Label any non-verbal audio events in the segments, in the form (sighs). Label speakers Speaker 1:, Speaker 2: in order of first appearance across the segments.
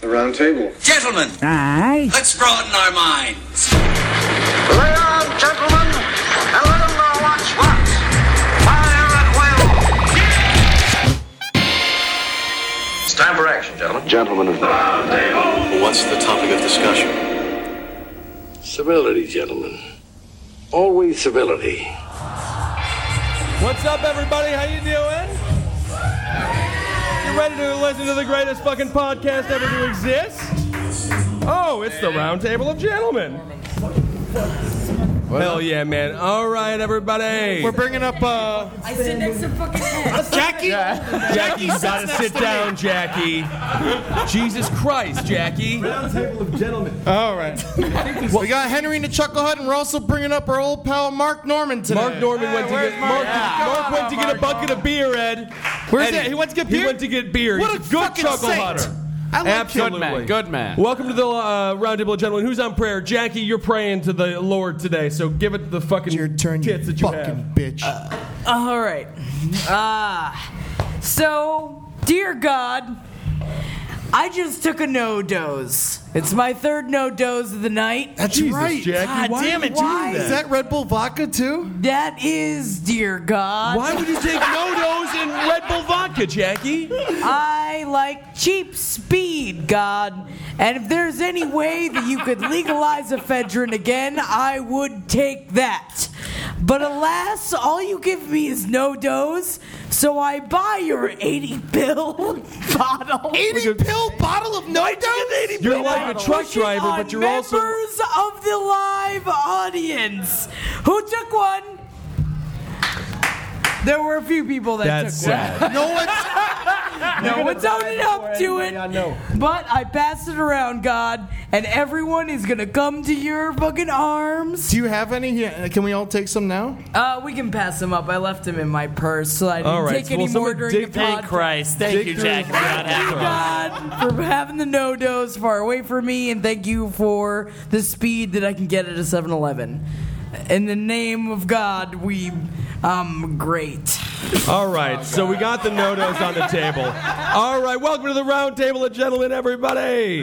Speaker 1: The round table.
Speaker 2: Gentlemen,
Speaker 3: Aye.
Speaker 2: let's broaden our minds.
Speaker 4: Lay on, gentlemen, and let 'em know what's what. Fire at will. It's time for action, gentlemen.
Speaker 1: Gentlemen of the.
Speaker 5: What's the topic of discussion?
Speaker 6: Civility, gentlemen. Always civility.
Speaker 7: What's up, everybody? How you doing? You ready to listen to the greatest fucking podcast ever to exist? Oh, it's the Roundtable of Gentlemen. Hell yeah, man! All right, everybody. We're bringing up. uh
Speaker 8: I sit next to fucking Ed.
Speaker 7: Jackie. Jackie, you gotta sit down, Jackie. Jesus Christ, Jackie.
Speaker 9: All right. we got Henry the Chucklehead, and we're also bringing up our old pal Mark Norman today.
Speaker 7: Mark Norman went to get Mark, Mark went to get a bucket of beer, Ed.
Speaker 9: Where's
Speaker 7: Eddie,
Speaker 9: that? He went to get
Speaker 7: He
Speaker 9: beer?
Speaker 7: went to get beer.
Speaker 9: What
Speaker 7: He's
Speaker 9: a
Speaker 7: good
Speaker 9: fucking
Speaker 7: chuckle
Speaker 9: saint.
Speaker 7: hutter.
Speaker 9: I like
Speaker 7: Absolutely.
Speaker 9: Chucklehead.
Speaker 6: Good man.
Speaker 7: Welcome to the uh, roundtable, gentlemen. Who's on prayer? Jackie, you're praying to the Lord today, so give it the fucking
Speaker 9: Your turn, you
Speaker 7: tits that you
Speaker 9: fucking
Speaker 7: have.
Speaker 9: bitch.
Speaker 8: (laughs)
Speaker 10: Uh,
Speaker 8: All right. Ah. so, dear God, I just took a no doze. It's my third no doze of the night.
Speaker 9: That's
Speaker 7: Jesus,
Speaker 9: right.
Speaker 7: Jackie,
Speaker 8: God
Speaker 7: why,
Speaker 8: damn it,
Speaker 7: why-
Speaker 8: why-
Speaker 9: Is that Red Bull vodka too?
Speaker 8: That is, dear God.
Speaker 7: Why would you take no-dos in Red Bull vodka, Jackie?
Speaker 8: I like cheap speed, God. And if there's any way that you could legalize ephedrine again, I would take that. But alas, all you give me is no dose, so I buy your 80 pill (laughs) bottle.
Speaker 9: 80 pill bottle of no dose.
Speaker 7: You're like a truck
Speaker 8: Pushing
Speaker 7: driver,
Speaker 8: on
Speaker 7: but you're also...
Speaker 8: members of the live audience. Who took one? There were a few people that
Speaker 7: That's
Speaker 8: took one.
Speaker 7: sad. (laughs)
Speaker 9: No one's.
Speaker 8: No one's owning up to it. But I pass it around, God, and everyone is gonna come to your fucking arms.
Speaker 9: Do you have any? here? uh, Can we all take some now?
Speaker 8: Uh, we can pass them up. I left them in my purse, so I didn't
Speaker 7: All right,
Speaker 8: take
Speaker 7: so
Speaker 8: any
Speaker 7: will
Speaker 8: more
Speaker 7: someone
Speaker 8: during
Speaker 7: dig
Speaker 8: the
Speaker 7: through-
Speaker 8: pod.
Speaker 6: Christ. Thank you, Jack.
Speaker 8: Thank you, God, for having the no dos far away from me, and thank you for the speed that I can get at a 7 Eleven. In the name of God, we. Um, great.
Speaker 7: All right, so we got the no-dos on the table. All right, welcome to the round table of gentlemen, everybody.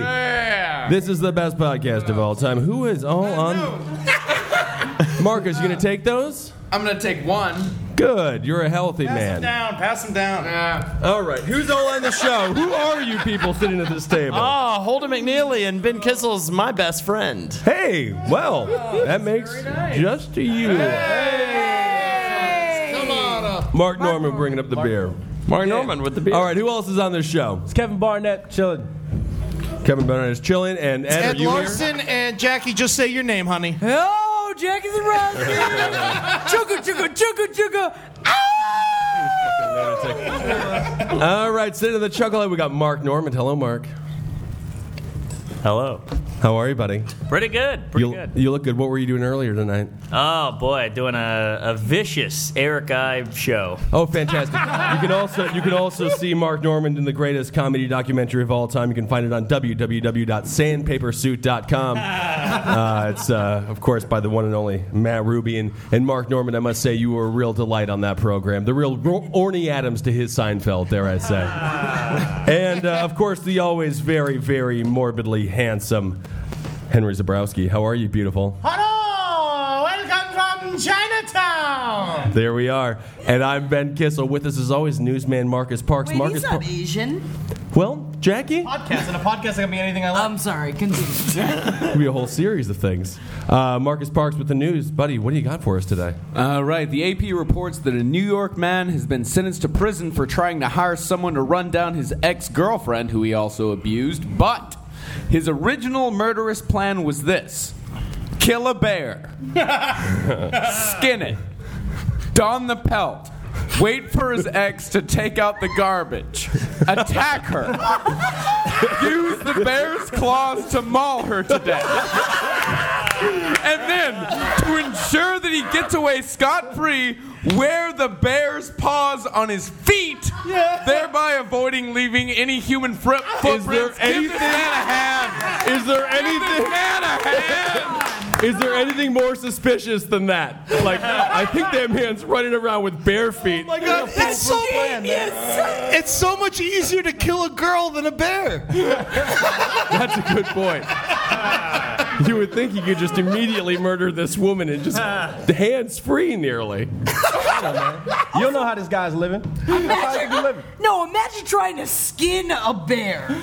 Speaker 7: This is the best podcast of all time. Who is all on?
Speaker 10: (laughs)
Speaker 7: Marcus, you gonna take those?
Speaker 10: I'm gonna take one.
Speaker 7: Good, you're a healthy man.
Speaker 10: down. Pass them down.
Speaker 7: All right, who's all on the show? Who are you people sitting at this table?
Speaker 10: oh, Holden McNeely and Ben Kissel's my best friend.
Speaker 7: hey, well, that makes just to you. Mark Norman bringing up the beer.
Speaker 10: Mark Norman with the beard.
Speaker 7: All right, who else is on this show?
Speaker 11: It's Kevin Barnett chilling.
Speaker 7: Kevin Bennett is chilling, and Ed,
Speaker 9: Ed
Speaker 7: are you here?
Speaker 9: Larson and Jackie, just say your name, honey.
Speaker 8: Oh, Jack is around.
Speaker 7: (laughs)
Speaker 8: chugga, chugga, chugga, chugga. Ah!
Speaker 7: All right, sitting in the chucklehead, we got Mark Norman. Hello, Mark.
Speaker 11: Hello.
Speaker 7: How are you, buddy?
Speaker 11: Pretty good. Pretty
Speaker 7: You,
Speaker 11: good.
Speaker 7: you look good. What were you doing earlier tonight?
Speaker 11: Oh boy, doing a, a vicious Eric Ive show.
Speaker 7: Oh, fantastic! you can also you can also see Mark Norman in the greatest comedy documentary of all time. You can find it on www.sandpapersuit.com. Uh, it's uh, of course by the one and only Matt Ruby and, and Mark Norman. I must say you were a real delight on that program. The real Ro- Orny Adams to his Seinfeld, dare I say. and uh, of course the always very very morbidly handsome Henry Zabrowski. How are you, beautiful?
Speaker 10: Hello, welcome from Chinatown.
Speaker 7: There we are. And I'm Ben Kissel. With us as always, newsman Marcus Parks.
Speaker 8: Wait,
Speaker 7: Marcus
Speaker 8: he's
Speaker 7: Par-
Speaker 8: not Asian.
Speaker 7: Well, Jackie,
Speaker 10: Podcast and a podcast can be anything I like.
Speaker 8: I'm sorry. Continue.
Speaker 7: it'll be a whole series of things. Uh, Marcus Parks with the news. Buddy, what do you got for us today?
Speaker 6: All right. The AP reports that a New York man has been sentenced to prison for trying to hire someone to run down his ex girlfriend, who he also abused. But his original murderous plan was this kill a bear, skin it, don the pelt. Wait for his ex to take out the garbage. Attack her. Use the bear's claws to maul her to death. And then, to ensure that he gets away scot free, wear the bear's paws on his feet, thereby avoiding leaving any human fri- footprints. Give this man a hand.
Speaker 7: Is there
Speaker 6: Give this
Speaker 7: anything?
Speaker 6: man a hand.
Speaker 7: Is there anything more suspicious than that? Like, I think that man's running around with
Speaker 6: Oh
Speaker 7: bare feet.
Speaker 9: my God, it's so It's so much easier to kill a girl than a bear.
Speaker 7: That's a good point. You would think you could just immediately murder this woman and just hands free nearly.
Speaker 1: You don't know how this guy's living. You don't know how he be living.
Speaker 8: No, imagine trying to skin a bear.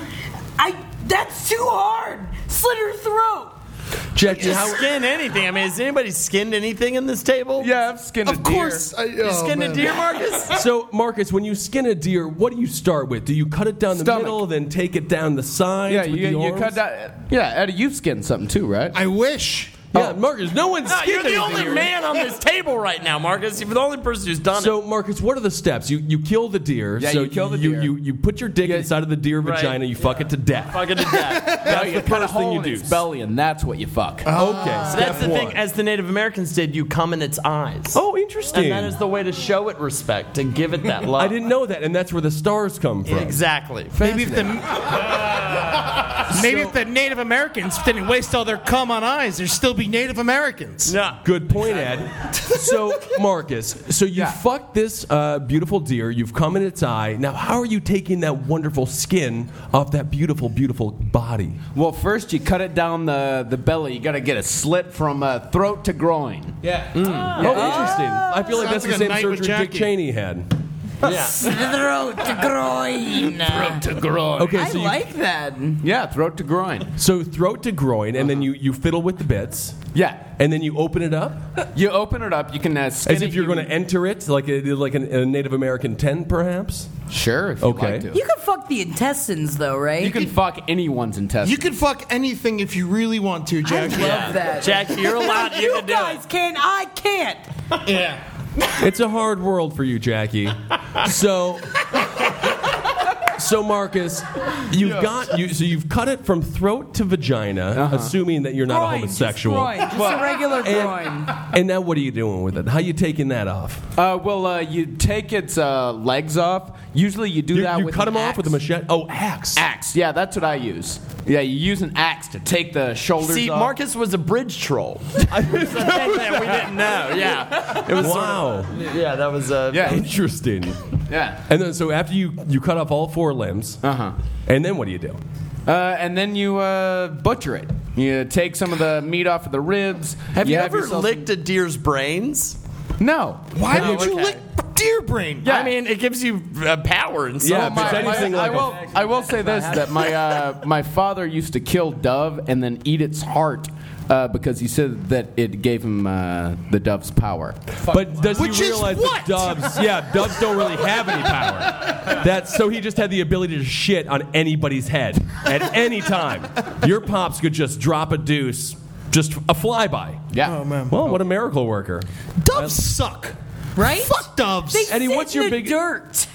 Speaker 8: I that's too hard. Slit her throat.
Speaker 7: Jack,
Speaker 10: You
Speaker 7: how,
Speaker 10: skin anything. I mean, has anybody skinned anything in this table?
Speaker 6: Yeah, I've skinned a
Speaker 9: Of course. I,
Speaker 10: You
Speaker 9: oh,
Speaker 10: skinned
Speaker 9: man.
Speaker 10: a deer, Marcus?
Speaker 7: so, Marcus, when you skin a deer, what do you start with? Do you cut it down the
Speaker 6: Stomach.
Speaker 7: middle, then take it down the sides?
Speaker 6: deer. Yeah,
Speaker 7: with
Speaker 6: you,
Speaker 7: the
Speaker 6: you
Speaker 7: arms?
Speaker 6: cut down. Yeah, Eddie, you've skinned something too, right?
Speaker 9: I wish.
Speaker 7: Yeah, Marcus, no one's
Speaker 10: No, Ah, you're
Speaker 7: skinned
Speaker 10: the
Speaker 7: a
Speaker 10: only
Speaker 7: deer.
Speaker 10: man on this table right now, Marcus. You're the only person who's done
Speaker 7: So, Marcus, what are the steps? You you kill the deer.
Speaker 6: Yeah,
Speaker 7: so
Speaker 6: you kill the
Speaker 7: you,
Speaker 6: deer.
Speaker 7: You, you put your dick
Speaker 6: Yeah.
Speaker 7: inside of the deer
Speaker 10: Right.
Speaker 7: vagina. You fuck it to death.
Speaker 10: it. Fucking to (laughs) death.
Speaker 6: That's
Speaker 7: the
Speaker 6: cut a
Speaker 7: first thing
Speaker 6: hole
Speaker 7: you
Speaker 6: in
Speaker 7: do.
Speaker 6: its belly, and that's what you fuck.
Speaker 7: Okay, step
Speaker 10: That's the
Speaker 7: one.
Speaker 10: thing. As the Native Americans did, you come in its eyes.
Speaker 7: oh, interesting.
Speaker 10: And that is the way to show it respect, to give it
Speaker 7: (laughs)
Speaker 10: that love.
Speaker 7: I didn't know that, and that's where the stars come from.
Speaker 10: Exactly.
Speaker 9: Maybe if the (laughs) maybe if the Native Americans didn't waste all their cum on eyes, there'd still be Native Americans.
Speaker 10: No.
Speaker 7: Good point, Ed. (laughs) So, Marcus, so you
Speaker 6: Yeah.
Speaker 7: fucked this uh, beautiful deer. You've come in its eye. Now, how are you taking that wonderful skin off that beautiful, beautiful body?
Speaker 6: Well, first you cut it down the, the belly. You got to get a slit from uh, throat to groin.
Speaker 1: Yeah.
Speaker 7: Oh, interesting. I feel like
Speaker 9: Sounds
Speaker 7: that's
Speaker 9: like a
Speaker 7: the same
Speaker 9: night with
Speaker 7: surgery Dick
Speaker 9: Jackie.
Speaker 7: Cheney had.
Speaker 8: Throat to
Speaker 7: (laughs)
Speaker 8: groin.
Speaker 7: Okay,
Speaker 8: I
Speaker 7: so you,
Speaker 8: like that.
Speaker 6: Yeah, throat to groin.
Speaker 7: so throat to groin, and then you, you fiddle with the bits,
Speaker 6: Yeah,
Speaker 7: and then you open it up
Speaker 6: you open it up. You can uh, skin
Speaker 7: as if
Speaker 6: a
Speaker 7: you're going to
Speaker 6: human-
Speaker 7: enter it, like a, like an, a Native American tent, perhaps.
Speaker 6: Sure. If you
Speaker 7: Okay.
Speaker 6: Like to.
Speaker 8: You can fuck the intestines though, right?
Speaker 6: You can fuck anyone's intestines.
Speaker 9: You can fuck anything if you really want to,
Speaker 8: I
Speaker 9: Jack.
Speaker 8: love that.
Speaker 10: Jack,
Speaker 12: (laughs)
Speaker 10: you're allowed.
Speaker 7: (laughs)
Speaker 10: You,
Speaker 8: you
Speaker 10: can do
Speaker 8: guys can. I can't.
Speaker 9: Yeah.
Speaker 7: It's a hard world for you, Jackie.
Speaker 6: (laughs)
Speaker 7: So, so Marcus, you've got you. So you've cut it from throat to vagina,
Speaker 6: Uh-huh.
Speaker 7: assuming that you're not a
Speaker 8: groin,
Speaker 7: homosexual.
Speaker 8: Just, groin, just a regular groin.
Speaker 7: And, and now, what are you doing with it? How you taking that off?
Speaker 6: Uh, well, uh, you take its uh, legs off. Usually, you do
Speaker 7: You,
Speaker 6: that
Speaker 7: you
Speaker 6: with
Speaker 7: cut
Speaker 6: an
Speaker 7: him
Speaker 6: axe.
Speaker 7: off with a machete. Oh, axe.
Speaker 6: Axe. Yeah, that's what I use. Yeah, you use an axe to take the
Speaker 10: it.
Speaker 6: shoulders
Speaker 10: See,
Speaker 6: off.
Speaker 10: Marcus was a bridge
Speaker 6: (laughs)
Speaker 10: troll. we didn't know. Yeah. It was sort
Speaker 7: Wow,
Speaker 10: of- yeah, that was uh,
Speaker 6: Yeah.
Speaker 7: interesting.
Speaker 6: Yeah.
Speaker 7: And then, so after you you cut off all four limbs,
Speaker 6: Uh-huh.
Speaker 7: and then what do you do?
Speaker 6: Uh, and then you uh, butcher it. You take some of the meat off of the ribs.
Speaker 10: Have you, ever
Speaker 6: yourself-
Speaker 10: licked a deer's brains?
Speaker 6: No.
Speaker 9: Why
Speaker 10: Oh,
Speaker 9: would you
Speaker 10: okay.
Speaker 9: lick deer brain?
Speaker 10: I mean, it gives you uh, power and
Speaker 7: Yeah,
Speaker 10: stuff.
Speaker 7: if it's anything
Speaker 6: I
Speaker 7: like a-
Speaker 6: will. I will say this: that my uh, my father used to kill dove and then eat its heart uh, because he said that it gave him uh, the dove's power.
Speaker 7: But does
Speaker 9: Which
Speaker 7: he
Speaker 9: is
Speaker 7: realize
Speaker 9: what?
Speaker 7: that doves? Yeah, doves don't really have any power. That's so he just had the ability to shit on anybody's head at any time. Your pops could just drop a deuce, just a flyby.
Speaker 6: Yeah.
Speaker 1: Oh,
Speaker 7: Well, what a miracle worker!
Speaker 9: doves suck.
Speaker 8: Right?
Speaker 9: Fuck doves.
Speaker 8: They
Speaker 7: Eddie,
Speaker 8: sit
Speaker 7: what's
Speaker 8: in
Speaker 7: your
Speaker 8: the
Speaker 7: big-
Speaker 8: dirt?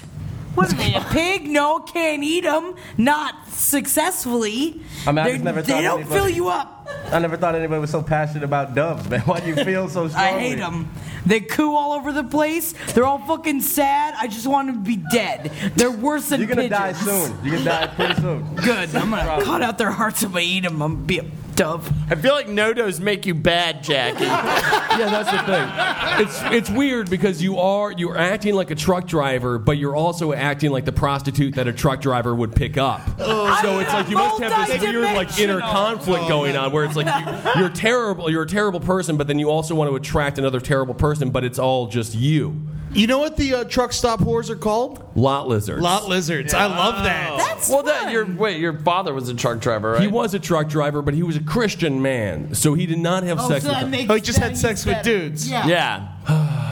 Speaker 8: What are they? A pig? No, can't eat them. Not successfully.
Speaker 1: I mean, I
Speaker 8: They're-
Speaker 1: just never
Speaker 8: they
Speaker 1: thought
Speaker 8: don't
Speaker 1: anybody-
Speaker 8: fill you up.
Speaker 1: I never thought anybody was so passionate about doves, man. Why do you feel
Speaker 6: (laughs)
Speaker 1: so strongly?
Speaker 8: I hate them. They coo all over the place. They're all fucking sad. I just want them to be dead. They're worse than
Speaker 1: You're gonna die
Speaker 8: pigeons.
Speaker 1: soon. You're gonna die pretty soon.
Speaker 8: Good. I'm gonna cut out their hearts if I eat them. I'm gonna be a dove.
Speaker 10: (laughs) I feel like no-dos make you bad, Jackie.
Speaker 7: Yeah, that's the thing. It's it's weird because you are you're acting like a truck driver, but you're also acting like the prostitute that a truck driver would pick up. So it's like you must have this weird like inner
Speaker 8: Multidimensional.
Speaker 9: Oh,
Speaker 7: conflict going on where it's like you, you're terrible, you're a terrible person, but then you also want to attract another terrible person, but it's all just you.
Speaker 9: you know what the uh, truck stop whores are called?
Speaker 7: Lot lizards.
Speaker 9: Lot lizards. I love that.
Speaker 8: That's
Speaker 10: well,
Speaker 8: fun.
Speaker 10: (laughs) that your wait, your father was a truck driver, right?
Speaker 7: He was a truck driver, but he was a Christian man, so he did not have sex with
Speaker 9: Oh, he just had sex with dudes. Yeah.
Speaker 10: Yeah.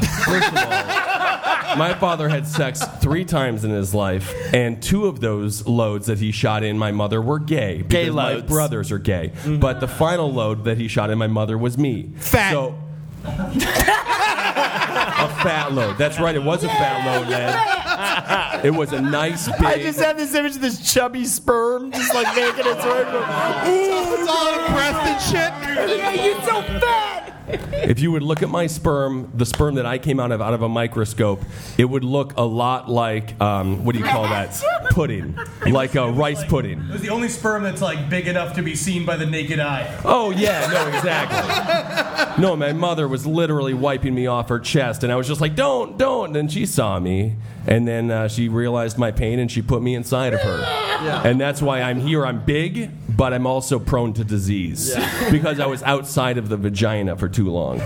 Speaker 7: (sighs) First of all, my father had sex three times in his life, and two of those loads that he shot in my mother were gay.
Speaker 10: Gay
Speaker 7: because My
Speaker 10: loads. Mm-hmm.
Speaker 7: brothers are gay, but the final load that he shot in my mother was me.
Speaker 9: Fat.
Speaker 10: (laughs)
Speaker 7: So, a fat load. That's right. It was a fat load, man. It was a nice big.
Speaker 10: I just have this image of this chubby sperm just like making its way. from-
Speaker 9: It's all out of breath and shit.
Speaker 8: yeah, you're so fat.
Speaker 7: If you would look at my sperm, the sperm that I came out of out of a microscope, it would look a lot like um, what do you call that? Pudding, like a rice pudding.
Speaker 3: It was the only sperm that's like big enough to be seen by the naked eye.
Speaker 7: Oh yeah, no, exactly. no, my mother was literally wiping me off her chest, and I was just like, "Don't, don't!" And she saw me, and then uh, she realized my pain, and she put me inside of her. And that's why I'm here. I'm big, but I'm also prone to disease (laughs) because I was outside of the vagina for too long.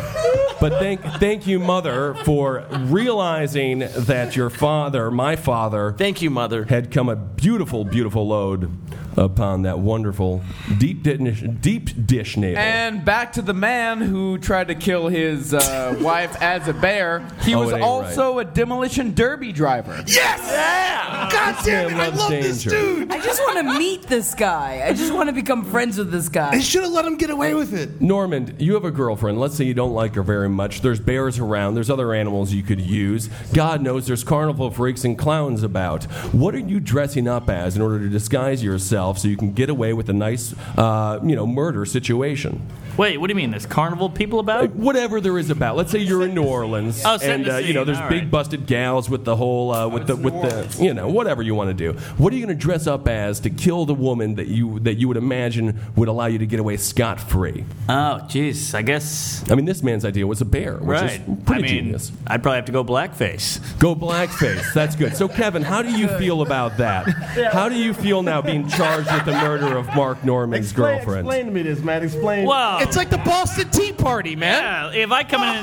Speaker 7: But thank, thank you, mother, for realizing that your father, my father,
Speaker 13: thank you, mother,
Speaker 7: had come a beautiful, beautiful load upon that wonderful deep dish, deep dish navel.
Speaker 6: And back to the man who tried to kill his uh, (laughs) wife as a bear. He
Speaker 7: Oh,
Speaker 6: was
Speaker 7: it ain't
Speaker 6: also a demolition derby driver.
Speaker 14: Yes! Yeah! God damn it,
Speaker 7: Man
Speaker 14: I
Speaker 7: loves
Speaker 14: love this
Speaker 7: danger.
Speaker 14: dude!
Speaker 8: I just want to meet this guy. I just want to become friends with this
Speaker 14: They
Speaker 8: guy.
Speaker 14: should have let him get away with it.
Speaker 7: Norman, you have a girlfriend. Let's say you don't like her very much. There's bears around. There's other animals you could use. God knows there's carnival freaks and clowns about. What are you dressing up as in order to disguise yourself so you can get away with a nice, uh, you know, murder situation?
Speaker 12: Wait, what do you mean? There's carnival people about?
Speaker 7: Like, whatever there is about. Let's say you're in New Orleans,
Speaker 12: Oh, set
Speaker 7: and
Speaker 12: the
Speaker 7: uh, you know
Speaker 12: scene.
Speaker 7: there's
Speaker 12: All
Speaker 7: big
Speaker 12: right. Oh,
Speaker 7: busted gals with the whole uh, with the with the you know whatever you want to do. What are you going to dress up as to kill the woman that you that you would imagine would allow you to get away scot free?
Speaker 12: Oh, jeez. I guess.
Speaker 7: I mean, this man's idea was a bear, which is
Speaker 12: Right. I
Speaker 7: pretty
Speaker 12: mean,
Speaker 7: genius.
Speaker 12: I'd probably have to go blackface.
Speaker 7: Go blackface. That's good. So, Kevin, how do you feel about
Speaker 9: (laughs)
Speaker 7: that? How do you feel now being charged with the murder of Mark Norman's
Speaker 9: Explain,
Speaker 7: girlfriend?
Speaker 9: explain to me this, man. Explain.
Speaker 12: Wow.
Speaker 14: It's like the Boston Tea Party, man.
Speaker 12: yeah, if I come in.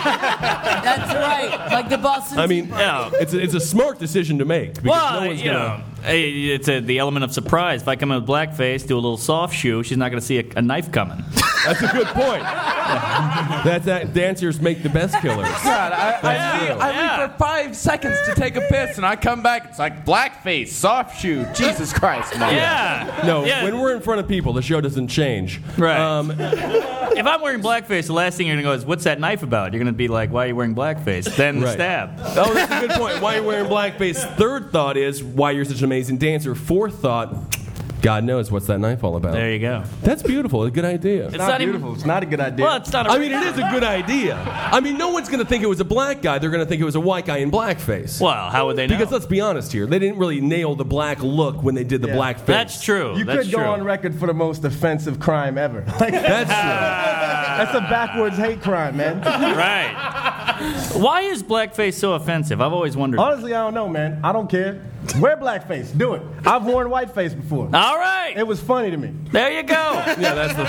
Speaker 14: (laughs)
Speaker 12: And,
Speaker 8: That's right. Like the Boston.
Speaker 7: I mean,
Speaker 12: yeah.
Speaker 7: it's a, it's a smart decision to make because
Speaker 12: Well,
Speaker 7: no one's
Speaker 12: you
Speaker 7: gonna.
Speaker 12: know, eh, it's a, the element of surprise. If I come in with blackface, do a little soft shoe, she's not going to see a, a knife coming.
Speaker 7: That's a good point. that, that dancers make the best killers.
Speaker 6: God, I, I,
Speaker 7: That's
Speaker 6: leave,
Speaker 7: true.
Speaker 6: I leave for five seconds to take a piss, and I come back. It's like blackface, soft shoe. Jesus Christ, man.
Speaker 12: Yeah.
Speaker 7: No,
Speaker 12: Yeah.
Speaker 7: when we're in front of people, the show doesn't change.
Speaker 12: Right.
Speaker 7: Um,
Speaker 12: if I'm wearing blackface, the last thing you're going to go is, "What's that knife about?" You're going to be like, "Why are you wearing blackface?" Then
Speaker 7: Right.
Speaker 12: stab.
Speaker 7: Oh, that's a good point. Why you're wearing blackface? Third thought is why you're such an amazing dancer. Fourth thought, God knows what's that knife all about.
Speaker 12: There you go.
Speaker 7: That's beautiful. A good idea.
Speaker 12: It's
Speaker 9: Not, beautiful. It's not a good idea.
Speaker 12: Well, it's not. A,
Speaker 7: I mean, it is a good idea. I mean, no one's going to think it was a black guy. They're going to think it was a white guy in blackface.
Speaker 12: (laughs) Well, how would they know?
Speaker 7: Because let's be honest here, they didn't really nail the black look when they did the
Speaker 9: Yeah.
Speaker 7: blackface.
Speaker 12: that's true.
Speaker 9: you
Speaker 12: that's
Speaker 9: could
Speaker 12: true.
Speaker 9: go on record for the most offensive crime ever. (laughs) Like,
Speaker 7: That's true.
Speaker 9: that's a backwards hate crime, (laughs) man.
Speaker 12: right.
Speaker 9: (laughs)
Speaker 12: Why is blackface so offensive? I've always wondered.
Speaker 9: Honestly, I don't know, man. I don't care. Wear blackface. Do it. I've worn whiteface before.
Speaker 12: All right.
Speaker 9: It was funny to me.
Speaker 12: there you go.
Speaker 9: (laughs)
Speaker 7: Yeah, that's the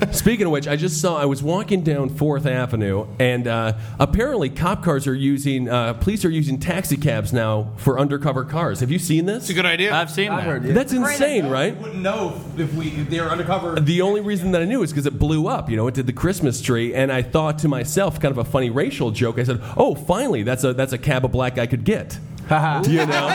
Speaker 7: thing. Speaking of which, I just saw I was walking down Fourth Avenue, and uh, apparently cop cars are using uh, police are using taxi cabs now for undercover cars. Have you seen this?
Speaker 14: It's a good idea.
Speaker 12: I've seen that.
Speaker 7: That's insane, right?
Speaker 15: Wouldn't know if we if they were undercover.
Speaker 7: The only reason that I knew is because it blew up. You know, it did the Christmas tree, and I thought to myself, kind of a funny racial joke. I said, "Oh, finally, that's a that's a cab a black guy could
Speaker 9: (laughs)
Speaker 7: get." you (laughs) know,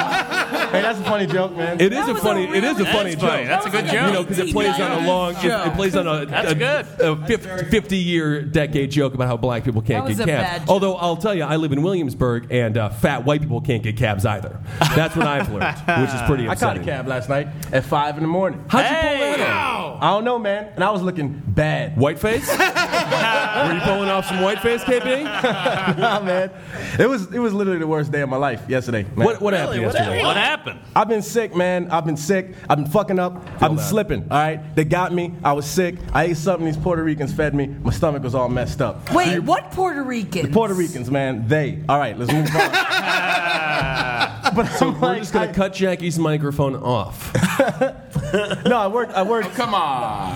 Speaker 9: Hey, that's a funny joke, man.
Speaker 7: it is
Speaker 8: That
Speaker 7: a
Speaker 8: was a
Speaker 7: funny, it is a
Speaker 12: That's
Speaker 7: funny joke.
Speaker 12: funny. That's a good
Speaker 8: That was like
Speaker 12: joke.
Speaker 7: you know, because it plays on a long, it, it plays on a,
Speaker 12: That's
Speaker 7: a,
Speaker 12: good.
Speaker 7: a fif- 50 year decade joke about how black people can't
Speaker 8: That was
Speaker 7: get
Speaker 8: a bad
Speaker 7: cabs.
Speaker 8: joke.
Speaker 7: Although I'll tell you, I live in Williamsburg and uh, fat white people can't get cabs either. That's what I've learned, which is pretty
Speaker 9: (laughs) I caught a
Speaker 7: upsetting.
Speaker 9: cab last night at five in the morning.
Speaker 7: How'd you
Speaker 12: Hey!
Speaker 7: pull that off?
Speaker 9: I don't know, man. And I was looking bad.
Speaker 7: Whiteface? (laughs) Were you pulling off some whiteface, KB?
Speaker 9: (laughs) Nah, man. It was it was literally the worst day of my life yesterday. man.
Speaker 7: What, what happened yesterday?
Speaker 12: What happened?
Speaker 9: I've been sick, man. I've been sick. I've been fucking up. I've been slipping. All right, they got me. I was sick. I ate something these Puerto Ricans fed me. My stomach was all messed up.
Speaker 8: Wait, what Puerto Rican?
Speaker 9: Puerto Ricans, man. They. All right, let's move on. but (laughs) I'm like,
Speaker 7: We're just going to cut Jackie's microphone off.
Speaker 9: I- No, I worked. I worked.
Speaker 13: Come on.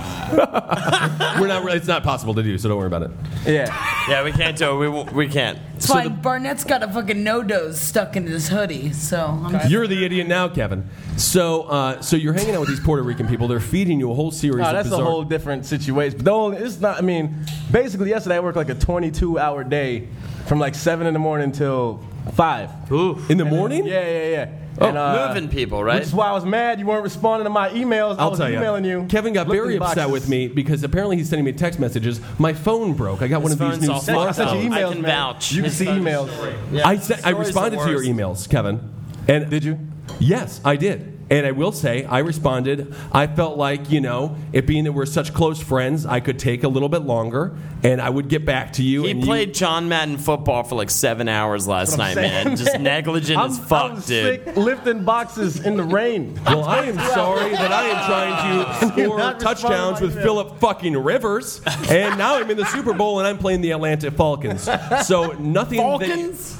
Speaker 7: We're not. It's not possible to do, so don't worry about it.
Speaker 9: Yeah.
Speaker 13: Yeah, we can't do it. We, won't- we can't.
Speaker 8: It's fine. Barnett's got a fucking no dose stuck in his hoodie, so I'm
Speaker 7: You're the idiot now, Kevin. So, uh, so you're hanging out with these Puerto Rican people. They're feeding you a whole series.
Speaker 9: No,
Speaker 7: of
Speaker 9: Oh, that's a
Speaker 7: bizarre-
Speaker 9: whole different situation. But the only, it's not. I mean, basically, yesterday I worked like a 22-hour day, from like seven in the morning till five.
Speaker 7: in the morning.
Speaker 9: Yeah, yeah, yeah.
Speaker 7: Oh,
Speaker 9: And, uh,
Speaker 13: Moving people, right?
Speaker 9: Which is why I was mad you weren't responding to my emails. I
Speaker 7: I'll
Speaker 9: was
Speaker 7: tell
Speaker 9: emailing you.
Speaker 7: Kevin got
Speaker 9: Lipton
Speaker 7: very upset
Speaker 9: boxes.
Speaker 7: with me because apparently he's sending me text messages. My phone broke. I got one of these new
Speaker 9: Hey, I sent
Speaker 7: smartphones.
Speaker 9: you emails,
Speaker 13: I can
Speaker 9: man.
Speaker 13: vouch.
Speaker 9: You can
Speaker 13: His
Speaker 9: see
Speaker 13: phone's
Speaker 9: emails.
Speaker 7: I, sent, I
Speaker 13: Stories
Speaker 7: responded
Speaker 13: the
Speaker 7: to your
Speaker 13: worst.
Speaker 7: emails, Kevin. And did you? Yes, I did. And I will say, I responded. I felt like you know, it being that we're such close friends, I could take a little bit longer, and I would get back to you.
Speaker 13: He
Speaker 7: and you-
Speaker 13: played John Madden football for like seven hours last night,
Speaker 9: saying,
Speaker 13: man. Just negligent
Speaker 9: I'm,
Speaker 13: as fuck,
Speaker 9: I'm
Speaker 13: dude.
Speaker 9: sick lifting boxes in the rain.
Speaker 7: Well, I
Speaker 9: (laughs)
Speaker 7: am sorry that I am trying to score
Speaker 9: not
Speaker 7: touchdowns
Speaker 9: responding
Speaker 7: with
Speaker 9: like that.
Speaker 7: Philip fucking Rivers, and now I'm in the Super Bowl and I'm playing the Atlanta Falcons. So nothing. that-
Speaker 8: Falcons?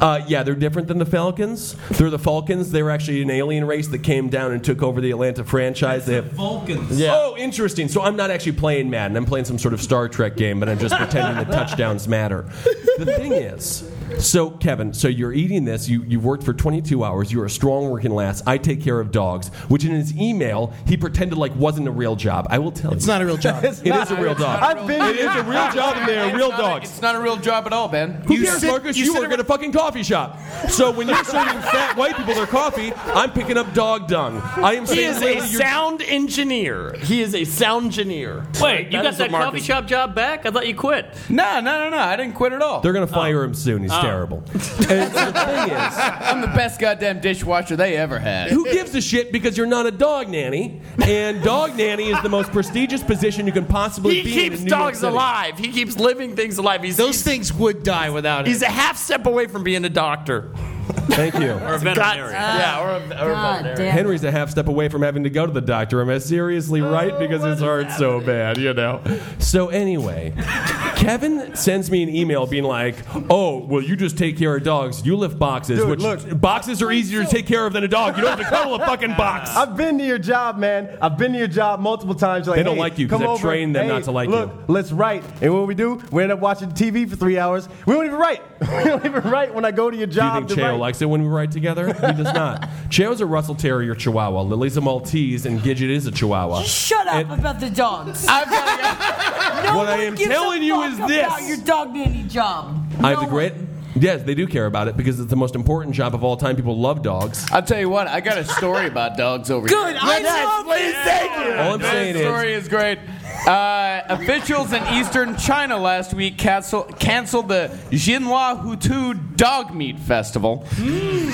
Speaker 7: Uh, yeah, they're different than the Falcons. They're the Falcons. They were actually an alien race that came down and took over the Atlanta franchise. They have
Speaker 16: Vulcans.
Speaker 7: Oh, interesting. So I'm not actually playing Madden. I'm playing some sort of Star Trek game, but I'm just pretending that touchdowns matter. The thing is, so Kevin, so you're eating this. You you worked for 22 hours. You're a strong working lass. I take care of dogs, which in his email he pretended like wasn't a real job. I will tell you,
Speaker 9: It's not a real
Speaker 7: (laughs)
Speaker 9: job.
Speaker 7: It is a real job.
Speaker 17: I've been.
Speaker 7: It is a
Speaker 9: (laughs)
Speaker 7: real job, and they are real dogs.
Speaker 6: It's not a real job at all, Ben.
Speaker 7: Who
Speaker 9: You
Speaker 7: cares,
Speaker 9: sit-
Speaker 7: Marcus?
Speaker 9: you
Speaker 7: You,
Speaker 9: sit
Speaker 7: work at a fucking coffee shop. So when you're
Speaker 9: (laughs)
Speaker 7: serving fat white people their coffee, I'm picking up dog dung. I am
Speaker 6: He
Speaker 7: saying
Speaker 6: is a
Speaker 7: literally you're-
Speaker 6: sound engineer. He is a sound engineer.
Speaker 18: Wait, you
Speaker 6: That
Speaker 18: got
Speaker 6: is
Speaker 18: that
Speaker 6: what Marcus-
Speaker 18: coffee shop job back? I thought you quit.
Speaker 19: No, no, no, no. I didn't quit at all.
Speaker 7: They're gonna
Speaker 6: Oh.
Speaker 7: fire him soon. He's terrible. And the thing is,
Speaker 6: I'm the best goddamn dishwasher they ever had.
Speaker 7: who gives a shit because you're not a dog nanny? And dog nanny is the most prestigious position you can possibly
Speaker 6: He
Speaker 7: be. in
Speaker 6: keeps
Speaker 7: in New York
Speaker 6: dogs
Speaker 7: City.
Speaker 6: alive. He keeps living things alive. He's,
Speaker 9: Those
Speaker 6: he's,
Speaker 9: things would die without
Speaker 6: he's
Speaker 9: it.
Speaker 6: a half step away from being a doctor.
Speaker 7: Thank
Speaker 6: (laughs)
Speaker 7: you.
Speaker 18: Or a
Speaker 6: God-
Speaker 18: veterinarian.
Speaker 6: yeah, or a, or a
Speaker 8: God
Speaker 6: veterinarian.
Speaker 8: damn.
Speaker 7: Henry's a half step away from having to go to the doctor. Am I seriously
Speaker 6: Oh,
Speaker 7: right? Because his heart's so bad, you know. So anyway, Kevin sends me an email being like, "Oh, well, you just take care of dogs. You lift boxes,
Speaker 17: Dude,
Speaker 7: which
Speaker 17: look.
Speaker 7: boxes are easier to take care of than a dog. You don't have to cuddle a
Speaker 9: (laughs)
Speaker 7: fucking box."
Speaker 17: I've been to your job, man. I've been to your job multiple times. You're Like,
Speaker 7: They don't
Speaker 17: hey,
Speaker 7: like you 'cause
Speaker 17: come
Speaker 7: I've
Speaker 17: over.
Speaker 7: trained them
Speaker 17: Hey,
Speaker 7: not to like
Speaker 17: look,
Speaker 7: you.
Speaker 17: Let's write. And what we do, we end up watching TV for three hours. We don't even write. (laughs) We don't even write when I go to your
Speaker 7: Do you
Speaker 17: job.
Speaker 7: think
Speaker 17: to
Speaker 7: Cheo
Speaker 17: write.
Speaker 7: likes it when we
Speaker 17: (laughs)
Speaker 7: write together? He does not. Cheo's a Russell Terrier Chihuahua. Lily's a Maltese, and Gidget is a Chihuahua.
Speaker 8: Shut up
Speaker 7: And-
Speaker 8: about the dogs.
Speaker 6: I've got a-
Speaker 8: No
Speaker 7: What I
Speaker 8: one
Speaker 7: am
Speaker 8: gives a
Speaker 7: telling you
Speaker 8: fuck
Speaker 7: is
Speaker 8: about
Speaker 7: this.
Speaker 8: your dog nanny job.
Speaker 7: I have
Speaker 8: No
Speaker 7: the great.
Speaker 8: one.
Speaker 7: Yes, they do care about it because it's the most important job of all time. People love dogs.
Speaker 6: I'll tell you what, I got a story about dogs over here.
Speaker 8: Good. I love
Speaker 6: please, thank you.
Speaker 7: All I'm saying
Speaker 6: this
Speaker 7: is-
Speaker 6: story is great. Uh, officials in eastern China last week cancel, canceled the Jinhua Hutu Dog Meat Festival.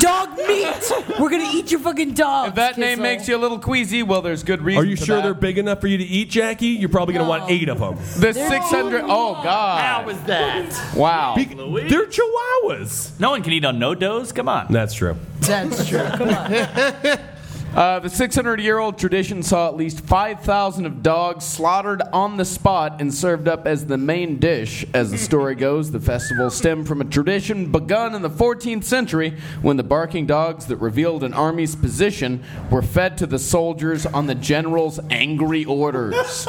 Speaker 8: dog meat. We're gonna eat your fucking dog.
Speaker 6: If that name makes you a little queasy, well, there's good reason.
Speaker 7: Are you
Speaker 6: for
Speaker 7: sure
Speaker 6: that.
Speaker 7: they're big enough for you to eat, Jackie? You're probably going to want
Speaker 8: No.
Speaker 7: eight of them.
Speaker 6: The 600. Oh, God.
Speaker 18: was that?
Speaker 6: Wow.
Speaker 7: Be- they're chihuahuas.
Speaker 18: No one can eat on no doughs. Come on.
Speaker 7: That's true.
Speaker 8: That's true. Come on.
Speaker 6: Uh, the 600 year old tradition saw at least 5,000 of dogs slaughtered on the spot and served up as the main dish. As
Speaker 7: (laughs)
Speaker 6: the story goes, the festival stemmed from a tradition begun in the 14th century when the barking dogs that revealed an army's position were fed to the soldiers on the general's
Speaker 7: (laughs)
Speaker 6: angry orders.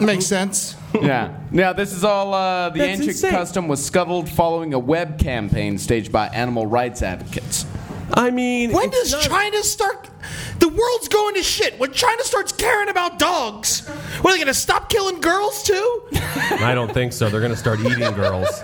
Speaker 9: Makes sense.
Speaker 6: yeah. Now, this is all uh, the
Speaker 7: That's
Speaker 6: ancient
Speaker 7: insane.
Speaker 6: custom was scuttled following a web campaign staged by animal rights advocates.
Speaker 7: I mean,
Speaker 9: When
Speaker 7: it's
Speaker 9: does
Speaker 7: not-
Speaker 9: China start? The world's going to shit. When China starts caring about dogs, what are they going to stop killing girls too?
Speaker 7: I don't think so. They're going to start eating girls.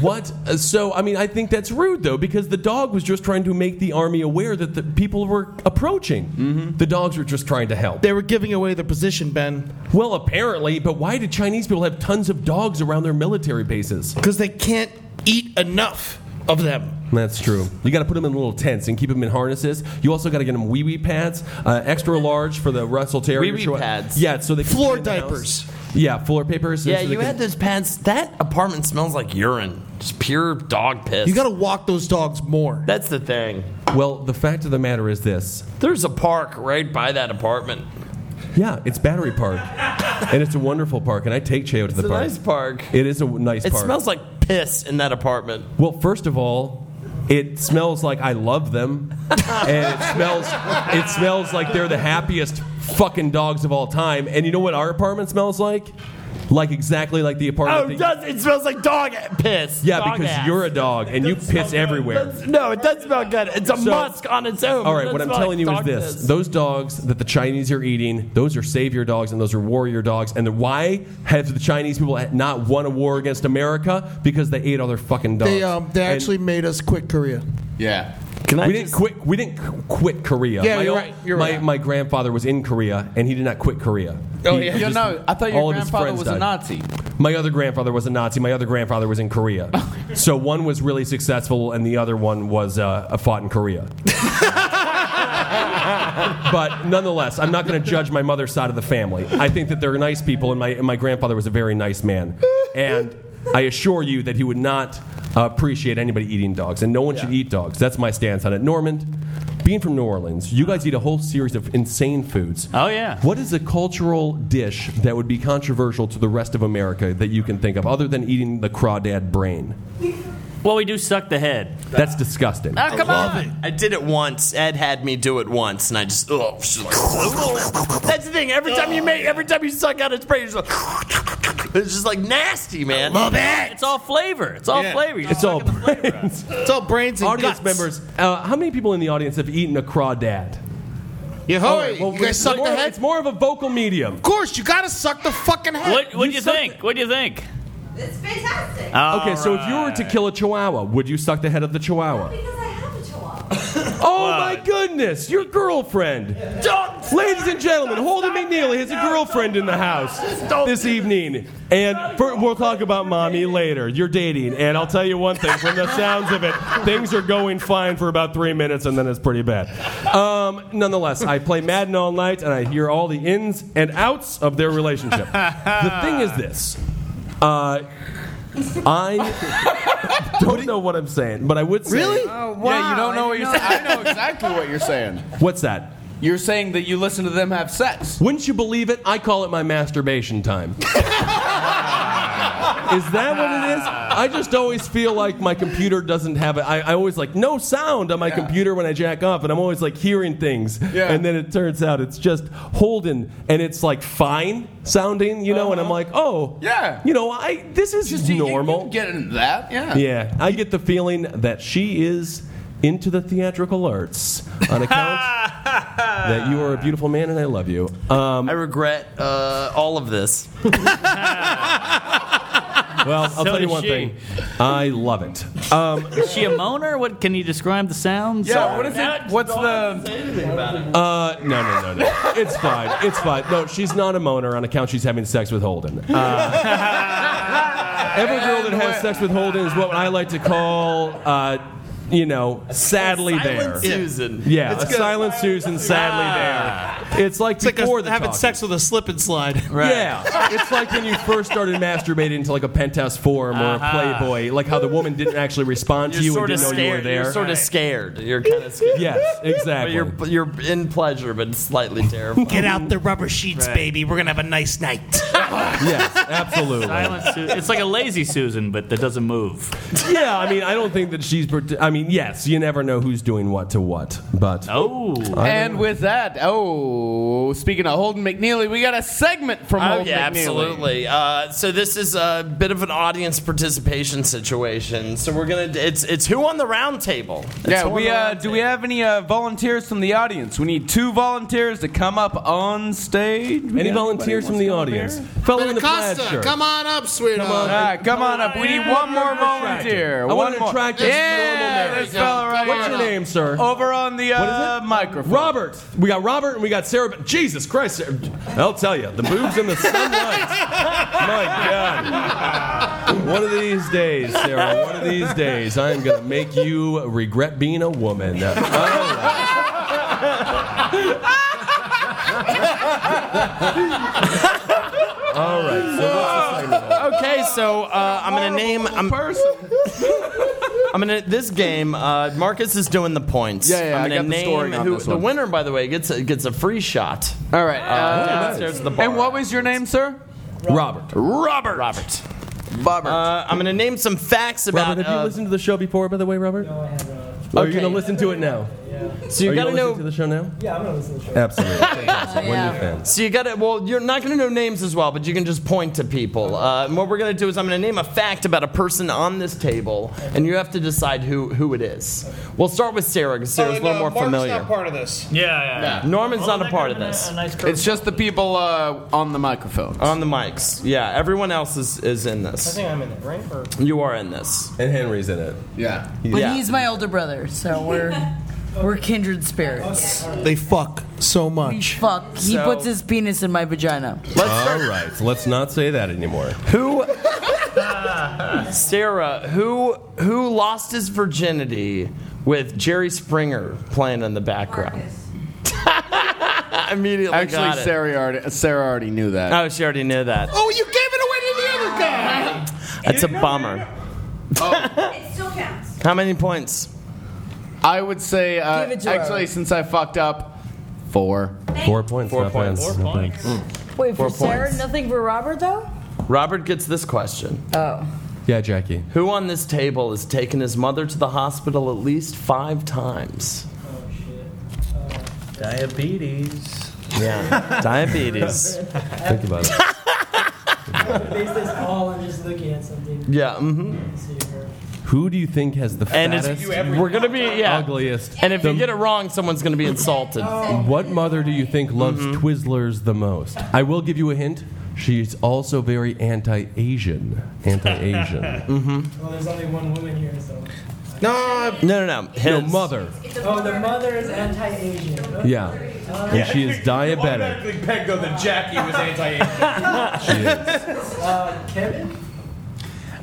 Speaker 7: What? Uh, So, I mean, I think that's rude, though, because the dog was just trying to make the army aware that the people were approaching.
Speaker 12: Mm-hmm.
Speaker 7: The dogs were just trying to help.
Speaker 9: They were giving away their position, Ben,
Speaker 7: Well, apparently, but why do Chinese people have tons of dogs around their military bases?
Speaker 9: because they can't eat enough of them.
Speaker 7: That's true. You got to put them in little tents and keep them in harnesses. You also got to get them wee wee pads, uh, extra large for the Russell Terrier.
Speaker 12: Wee-wee
Speaker 7: Chihuahua.
Speaker 12: pads.
Speaker 7: Yeah, so they can
Speaker 9: Floor
Speaker 7: clean the house.
Speaker 9: diapers.
Speaker 7: Yeah, floor papers.
Speaker 12: Yeah,
Speaker 7: so they
Speaker 12: you
Speaker 7: can-
Speaker 12: had those pants. That apartment smells like urine. Just pure dog piss.
Speaker 9: You got to walk those dogs more.
Speaker 12: That's the thing.
Speaker 7: Well, the fact of the matter is this.
Speaker 12: There's a park right by that apartment.
Speaker 7: Yeah, it's Battery Park, and it's a wonderful park, and I take Cheo to the
Speaker 12: It's a
Speaker 7: park.
Speaker 12: nice park.
Speaker 7: It is a w- nice
Speaker 12: It
Speaker 7: park.
Speaker 12: smells like piss in that apartment.
Speaker 7: Well, first of all, it smells like I love
Speaker 12: (laughs)
Speaker 7: them, and it smells it smells like they're the happiest fucking dogs of all time. And you know what our apartment smells like? Like exactly like the apartment.
Speaker 12: Oh,
Speaker 7: that-
Speaker 12: it does. It smells like dog piss.
Speaker 7: yeah,
Speaker 12: Dog
Speaker 7: because
Speaker 12: ass.
Speaker 7: you're a dog and you piss everywhere.
Speaker 12: No, it does smell good. It's a
Speaker 7: So-
Speaker 12: musk on its own.
Speaker 7: All
Speaker 12: It
Speaker 7: right, what
Speaker 12: does
Speaker 7: I'm
Speaker 12: smell
Speaker 7: telling
Speaker 12: like
Speaker 7: you is
Speaker 12: dog
Speaker 7: this:
Speaker 12: piss.
Speaker 7: those dogs that the Chinese are eating, those are savior dogs and those are warrior dogs. And then why have the Chinese people not won a war against America? Because they ate all their fucking dogs.
Speaker 9: They um, they
Speaker 7: And
Speaker 9: actually made us quit Korea.
Speaker 6: Yeah.
Speaker 12: Can I
Speaker 7: we
Speaker 12: just-
Speaker 7: didn't quit. We didn't qu- quit Korea.
Speaker 9: Yeah,
Speaker 7: my
Speaker 9: you're
Speaker 7: own-
Speaker 9: right, you're
Speaker 7: my,
Speaker 9: right.
Speaker 7: my grandfather was in Korea, and he did not quit Korea.
Speaker 9: Oh,
Speaker 7: He
Speaker 9: yeah.
Speaker 7: just-
Speaker 6: You know, I thought your
Speaker 7: all of his
Speaker 6: grandfather
Speaker 7: friends
Speaker 6: was a
Speaker 7: died.
Speaker 6: Nazi.
Speaker 7: My other grandfather was a Nazi. My other grandfather was in Korea. so one was really successful, and the other one was uh, uh, fought in Korea. but nonetheless, I'm not going to judge my mother's side of the family. I think that they're nice people, and my, and my grandfather was a very nice man. And I assure you that he would not uh, appreciate anybody eating dogs, and no one should eat dogs. That's my stance on it. Normand, being from New Orleans, you guys eat a whole series of insane foods.
Speaker 18: Oh, yeah.
Speaker 7: What is a cultural dish that would be controversial to the rest of America that you can think of, other than eating the crawdad brain?
Speaker 11: Well, we do suck the head.
Speaker 7: That's disgusting.
Speaker 11: Oh, come
Speaker 12: I love
Speaker 11: on.
Speaker 12: it. I did it once. Ed had me do it once, and I just oh, she's like, (laughs) that's the thing. Every time you make, every time you suck out a spray, you're just like, (laughs) it's just like nasty, man. love
Speaker 11: It's all flavor. It's all
Speaker 9: Yeah.
Speaker 11: flavor. You're
Speaker 7: It's
Speaker 11: just
Speaker 7: all
Speaker 11: sucking the flavor out.
Speaker 7: brains.
Speaker 9: It's all brains and
Speaker 7: audience
Speaker 9: guts.
Speaker 7: members. Uh, how many people in the audience have eaten a crawdad?
Speaker 9: Yeah,
Speaker 7: All
Speaker 9: hurry.
Speaker 7: right, well,
Speaker 9: you guys
Speaker 7: it's
Speaker 9: suck
Speaker 7: more-
Speaker 9: the head.
Speaker 7: It's more of a vocal medium.
Speaker 9: Of course, you gotta suck the fucking head.
Speaker 11: What what do you
Speaker 7: suck
Speaker 11: think? What do you think?
Speaker 20: It's fantastic.
Speaker 7: okay, so if you were to kill a chihuahua, would you suck the head of the chihuahua?
Speaker 20: because I have a chihuahua.
Speaker 7: Oh my goodness, your girlfriend. Ladies and gentlemen, Holden McNeely has a girlfriend in the house this evening. And for, we'll talk about mommy later. You're dating. And I'll tell you one thing from the sounds of it, things are going fine for about three minutes and then it's pretty bad. Um, nonetheless, I play Madden all night and I hear all the ins and outs of their relationship. The thing is this. Uh, I don't know what I'm saying, but I would say.
Speaker 9: Really?
Speaker 6: Yeah, you don't know what you're saying. I know exactly what you're saying.
Speaker 7: What's that?
Speaker 6: (laughs) You're saying that you listen to them have sex.
Speaker 7: Wouldn't you believe it? I call it my masturbation
Speaker 6: (laughs)
Speaker 7: time. is that what it is? I just always feel like my computer doesn't have it. I, I always like no sound on my computer when I jack off, and I'm always like hearing things.
Speaker 6: Yeah.
Speaker 7: And then it turns out it's just Holden, and it's like fine sounding, you know. And I'm like, oh,
Speaker 6: Uh-huh. Yeah.
Speaker 7: you know, I this is just
Speaker 6: You- you-
Speaker 7: normal.
Speaker 6: You, can get into that, yeah.
Speaker 7: Yeah, I get the feeling that she is into the theatrical arts on
Speaker 6: (laughs)
Speaker 7: account that you are a beautiful man and I love you. Um,
Speaker 12: I regret uh, all of
Speaker 7: (laughs)
Speaker 12: this.
Speaker 7: well, I'll tell you
Speaker 11: does
Speaker 7: one
Speaker 11: she.
Speaker 7: thing. I love it. Um,
Speaker 11: Is she a moaner? What can you describe the sounds?
Speaker 6: Yeah, what is it? What's the?
Speaker 7: uh, no, no, no, no. It's fine. It's fine. No, she's not a moaner on account she's having sex with Holden. Uh, every girl that has sex with Holden is what I like to call, uh, you know, sadly there.
Speaker 12: Susan.
Speaker 7: Yeah, a silent Susan, sadly there. Ah. It's like
Speaker 9: It's like
Speaker 7: before
Speaker 9: a,
Speaker 7: the
Speaker 9: having
Speaker 7: talking.
Speaker 9: sex with a slip and slide.
Speaker 6: (laughs)
Speaker 7: Yeah, it's like when you first started masturbating to like a penthouse forum or a Playboy, like how the woman didn't actually respond to
Speaker 12: Uh-huh. You're
Speaker 7: you and
Speaker 12: sort
Speaker 7: didn't
Speaker 12: of
Speaker 7: know you were
Speaker 12: scared.
Speaker 7: there.
Speaker 12: You're sort of scared. You're kind of scared.
Speaker 6: (laughs)
Speaker 7: yes,
Speaker 12: (laughs) But
Speaker 7: exactly.
Speaker 12: you're you're in pleasure, but slightly terrified.
Speaker 9: Get out the rubber sheets, baby. We're gonna have a nice night.
Speaker 7: yes, absolutely.
Speaker 11: Silent Su- it's like a lazy Susan, but that doesn't move.
Speaker 7: Yeah, I mean, I don't think that she's. part- I mean, yes, you never know who's doing what to what, but
Speaker 11: Oh,
Speaker 6: And with that, oh, speaking of Holden McNeely, we got a segment from
Speaker 12: Oh
Speaker 6: Holden
Speaker 12: yeah,
Speaker 6: McNeely.
Speaker 12: absolutely. Uh, so this is a bit of an audience participation situation. So we're gonna it's it's who on the round table. It's
Speaker 6: Yeah,
Speaker 12: who on
Speaker 6: we
Speaker 12: the
Speaker 6: uh,
Speaker 12: round
Speaker 6: do we
Speaker 12: table.
Speaker 6: have any uh, volunteers from the audience? We need two volunteers to come up on stage.
Speaker 7: any volunteers from the audience? Fellow in the plaid
Speaker 9: Costa,
Speaker 7: shirt.
Speaker 9: come on up, sweetheart.
Speaker 6: All right, come on up. We need one more
Speaker 7: I
Speaker 6: volunteer.
Speaker 7: want
Speaker 6: One
Speaker 7: to
Speaker 6: more.
Speaker 7: attract this normal
Speaker 6: Yeah,
Speaker 7: man.
Speaker 6: this fella right
Speaker 7: What's
Speaker 6: here.
Speaker 7: your name, sir?
Speaker 6: Over on the uh,
Speaker 7: What is it?
Speaker 6: microphone.
Speaker 7: Robert. We got Robert and we got Sarah. But Jesus Christ. Sarah. I'll tell you, the boobs in the sunlight. My God. One of these days, Sarah, one of these days, I'm going to make you regret being a woman. All right. All right, so what's the segment?
Speaker 12: Okay, so uh, I'm gonna name. I'm, I'm gonna this game. Uh, Marcus is doing the points.
Speaker 6: Yeah, yeah,
Speaker 12: I'm
Speaker 6: I
Speaker 12: gonna
Speaker 6: got the
Speaker 12: name
Speaker 6: scoring on
Speaker 12: who
Speaker 6: this
Speaker 12: the
Speaker 6: one.
Speaker 12: winner. By the way, gets a, gets a free shot.
Speaker 6: All right. Uh,
Speaker 12: downstairs to the bar.
Speaker 6: and what was your name, sir?
Speaker 7: Robert.
Speaker 12: Robert? Robert.
Speaker 6: Robert.
Speaker 12: Uh, I'm gonna name some facts about.
Speaker 7: Robert, have you
Speaker 12: uh,
Speaker 7: listened to the show before, by the way, Robert? No, I haven't. Are you
Speaker 12: Okay.
Speaker 7: going to listen to it now?
Speaker 12: so you
Speaker 7: Are you
Speaker 12: gotta
Speaker 7: going to listen to
Speaker 12: know.
Speaker 7: the show now? Yeah, I'm going to listen to (laughs) the show. Absolutely. Fantastic. We're new fans.
Speaker 12: So you gotta. Well, you're not gonna know names as well, but you can just point to people. Uh, and what we're gonna do is I'm gonna name a fact about a person on this table, and you have to decide who who it is. We'll start with Sarah because Sarah's a little more familiar.
Speaker 9: Oh, not part of this.
Speaker 11: yeah, yeah. yeah.
Speaker 12: Norman's
Speaker 11: Well,
Speaker 12: not a
Speaker 11: that
Speaker 12: part of
Speaker 11: could've been
Speaker 12: this.
Speaker 11: A, a nice curve.
Speaker 6: it's just the people uh, on the microphone.
Speaker 12: On the mics. Yeah, everyone else is, is in this. I think I'm in it, right? You are in this.
Speaker 7: And Henry's in it.
Speaker 6: yeah.
Speaker 8: But
Speaker 12: Yeah.
Speaker 8: he's my older brother, so we're we're kindred spirits.
Speaker 9: They fuck so
Speaker 8: We
Speaker 9: much.
Speaker 8: fuck. He
Speaker 12: So-
Speaker 8: puts his penis in my vagina.
Speaker 7: All right, so let's not say that anymore.
Speaker 12: Who Sarah, who who lost his virginity with Jerry Springer playing in the background?
Speaker 6: (laughs)
Speaker 12: Immediately got
Speaker 6: Actually,
Speaker 12: it.
Speaker 6: Sarah already, Sarah already knew that.
Speaker 12: Oh, she already knew that.
Speaker 9: Oh, you gave it away to the other guy.
Speaker 12: That's a bummer.
Speaker 20: It still counts.
Speaker 12: How many points?
Speaker 6: I would say, uh,
Speaker 8: Give it to her.
Speaker 6: actually, since I fucked up, four.
Speaker 7: Four points.
Speaker 12: Four
Speaker 7: not
Speaker 12: points.
Speaker 7: bad.
Speaker 8: Wait,
Speaker 12: Four Sarah, points.
Speaker 8: nothing for Robert though?
Speaker 12: Robert gets this question.
Speaker 8: Oh.
Speaker 7: Yeah, Jackie.
Speaker 12: Who on this table has taken his mother to the hospital at least five times?
Speaker 21: Diabetes.
Speaker 12: Yeah, diabetes. Think
Speaker 7: about it.
Speaker 21: Based this call on just looking at something.
Speaker 12: Yeah. Mm-hmm.
Speaker 7: Who do you think has the
Speaker 12: And
Speaker 7: fattest,
Speaker 12: it's, (laughs) we're gonna be yeah.
Speaker 7: ugliest?
Speaker 12: And if you get it wrong, someone's gonna be insulted.
Speaker 7: What mother do you think loves
Speaker 12: Mm-hmm.
Speaker 7: Twizzlers the most? I will give you a hint. She's also very anti-Asian. Anti-Asian.
Speaker 12: (laughs) mm-hmm.
Speaker 21: Well, there's only one woman here, so.
Speaker 12: No, no, no, no.
Speaker 7: Your
Speaker 12: His-
Speaker 7: mother.
Speaker 21: Oh, the mother is anti-Asian.
Speaker 7: Yeah. And she is
Speaker 21: (laughs)
Speaker 7: diabetic.
Speaker 3: Automatically pegged on that Jackie was anti-Asian.
Speaker 21: uh, Kevin?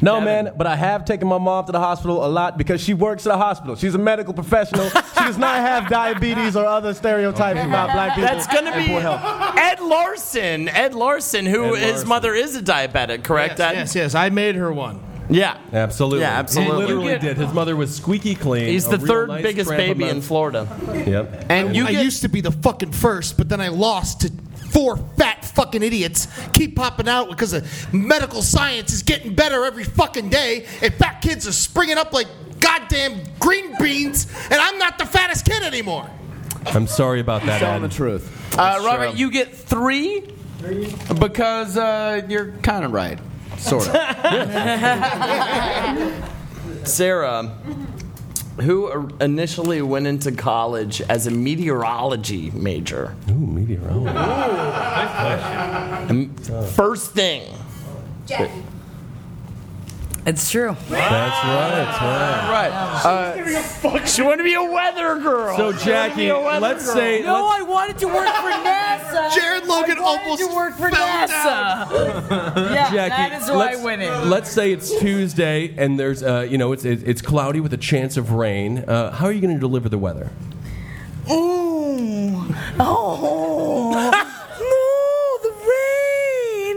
Speaker 1: No, man, but I have taken my mom to the hospital a lot because she works at a hospital. She's a medical professional. she does not have diabetes or other stereotypes about black people.
Speaker 12: That's gonna
Speaker 1: and
Speaker 12: be
Speaker 1: poor health.
Speaker 12: Ed Larson. Ed Larson, who
Speaker 7: Ed
Speaker 12: his
Speaker 7: Larson.
Speaker 12: mother is a diabetic, correct?
Speaker 9: Yes,
Speaker 12: Ed?
Speaker 9: yes, yes. I made her one.
Speaker 12: Yeah.
Speaker 7: Absolutely.
Speaker 12: Yeah, absolutely.
Speaker 7: He
Speaker 12: You
Speaker 7: literally
Speaker 12: get-
Speaker 7: did. His mother was squeaky clean.
Speaker 12: He's
Speaker 7: a
Speaker 12: the
Speaker 7: real
Speaker 12: third
Speaker 7: nice
Speaker 12: biggest
Speaker 7: tramp
Speaker 12: baby
Speaker 7: among-
Speaker 12: in Florida.
Speaker 7: Yep.
Speaker 9: And you I used to be the fucking first, but then I lost to four fat fucking idiots. Keep popping out because the medical science is getting better every fucking day, and fat kids are springing up like goddamn green beans, and I'm not the fattest kid anymore.
Speaker 7: I'm sorry about that. Ed.
Speaker 6: truth.
Speaker 12: Uh, Robert,
Speaker 6: true.
Speaker 12: you get three.
Speaker 6: Because uh, you're kind of right. Sort of.
Speaker 12: Sarah, who or- initially went into college as a meteorology major,
Speaker 7: Ooh, meteorology.
Speaker 12: Um, first thing.
Speaker 20: Jackie.
Speaker 8: It's true.
Speaker 7: That's right. That's right.
Speaker 6: Right.
Speaker 12: She wanted to be a weather girl.
Speaker 7: So Jackie, let's say
Speaker 8: No,
Speaker 7: let's,
Speaker 8: I wanted to work for NASA.
Speaker 9: Jared Logan
Speaker 8: I wanted
Speaker 9: almost
Speaker 8: to work for
Speaker 9: fell
Speaker 8: NASA. (laughs) yeah,
Speaker 7: Jackie,
Speaker 8: that is why
Speaker 7: let's,
Speaker 8: I win it.
Speaker 7: Let's say it's Tuesday and there's uh, you know it's it's it's cloudy with a chance of rain. Uh, how are you going to deliver the weather?
Speaker 8: Ooh. Oh.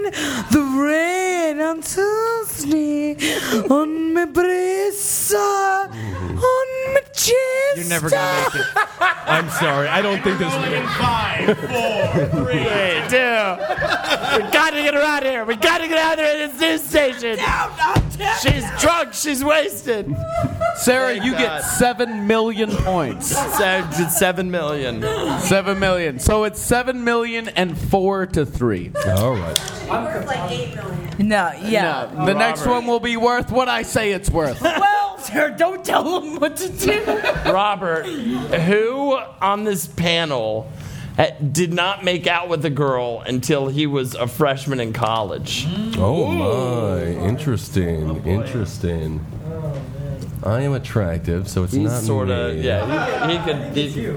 Speaker 8: (laughs) no, the rain. The rain on Tuesday. On my breast. uh, On my chest. You're never going to make it.
Speaker 7: I'm sorry, I don't think this.
Speaker 3: Five, four, three.
Speaker 12: Hey, dude. We gotta get her out of here. We gotta get out of there at this news station. She's drunk. She's wasted.
Speaker 6: Sarah, you
Speaker 12: God.
Speaker 6: get 7 million points.
Speaker 12: So, it's seven million.
Speaker 6: 7 million. So it's 7 million and 4 to 3.
Speaker 7: All right.
Speaker 20: She's worth like eight million.
Speaker 8: No, yeah.
Speaker 6: No, the next one will be worth what I say it's worth.
Speaker 8: Well, sir, don't tell them what to do.
Speaker 12: Robert, who on this panel uh, did not make out with a girl until he was a freshman in college?
Speaker 7: Oh my, interesting, interesting. I am attractive, so it's
Speaker 12: He's
Speaker 7: not
Speaker 12: sort of,
Speaker 7: me.
Speaker 12: yeah. He, he could. He,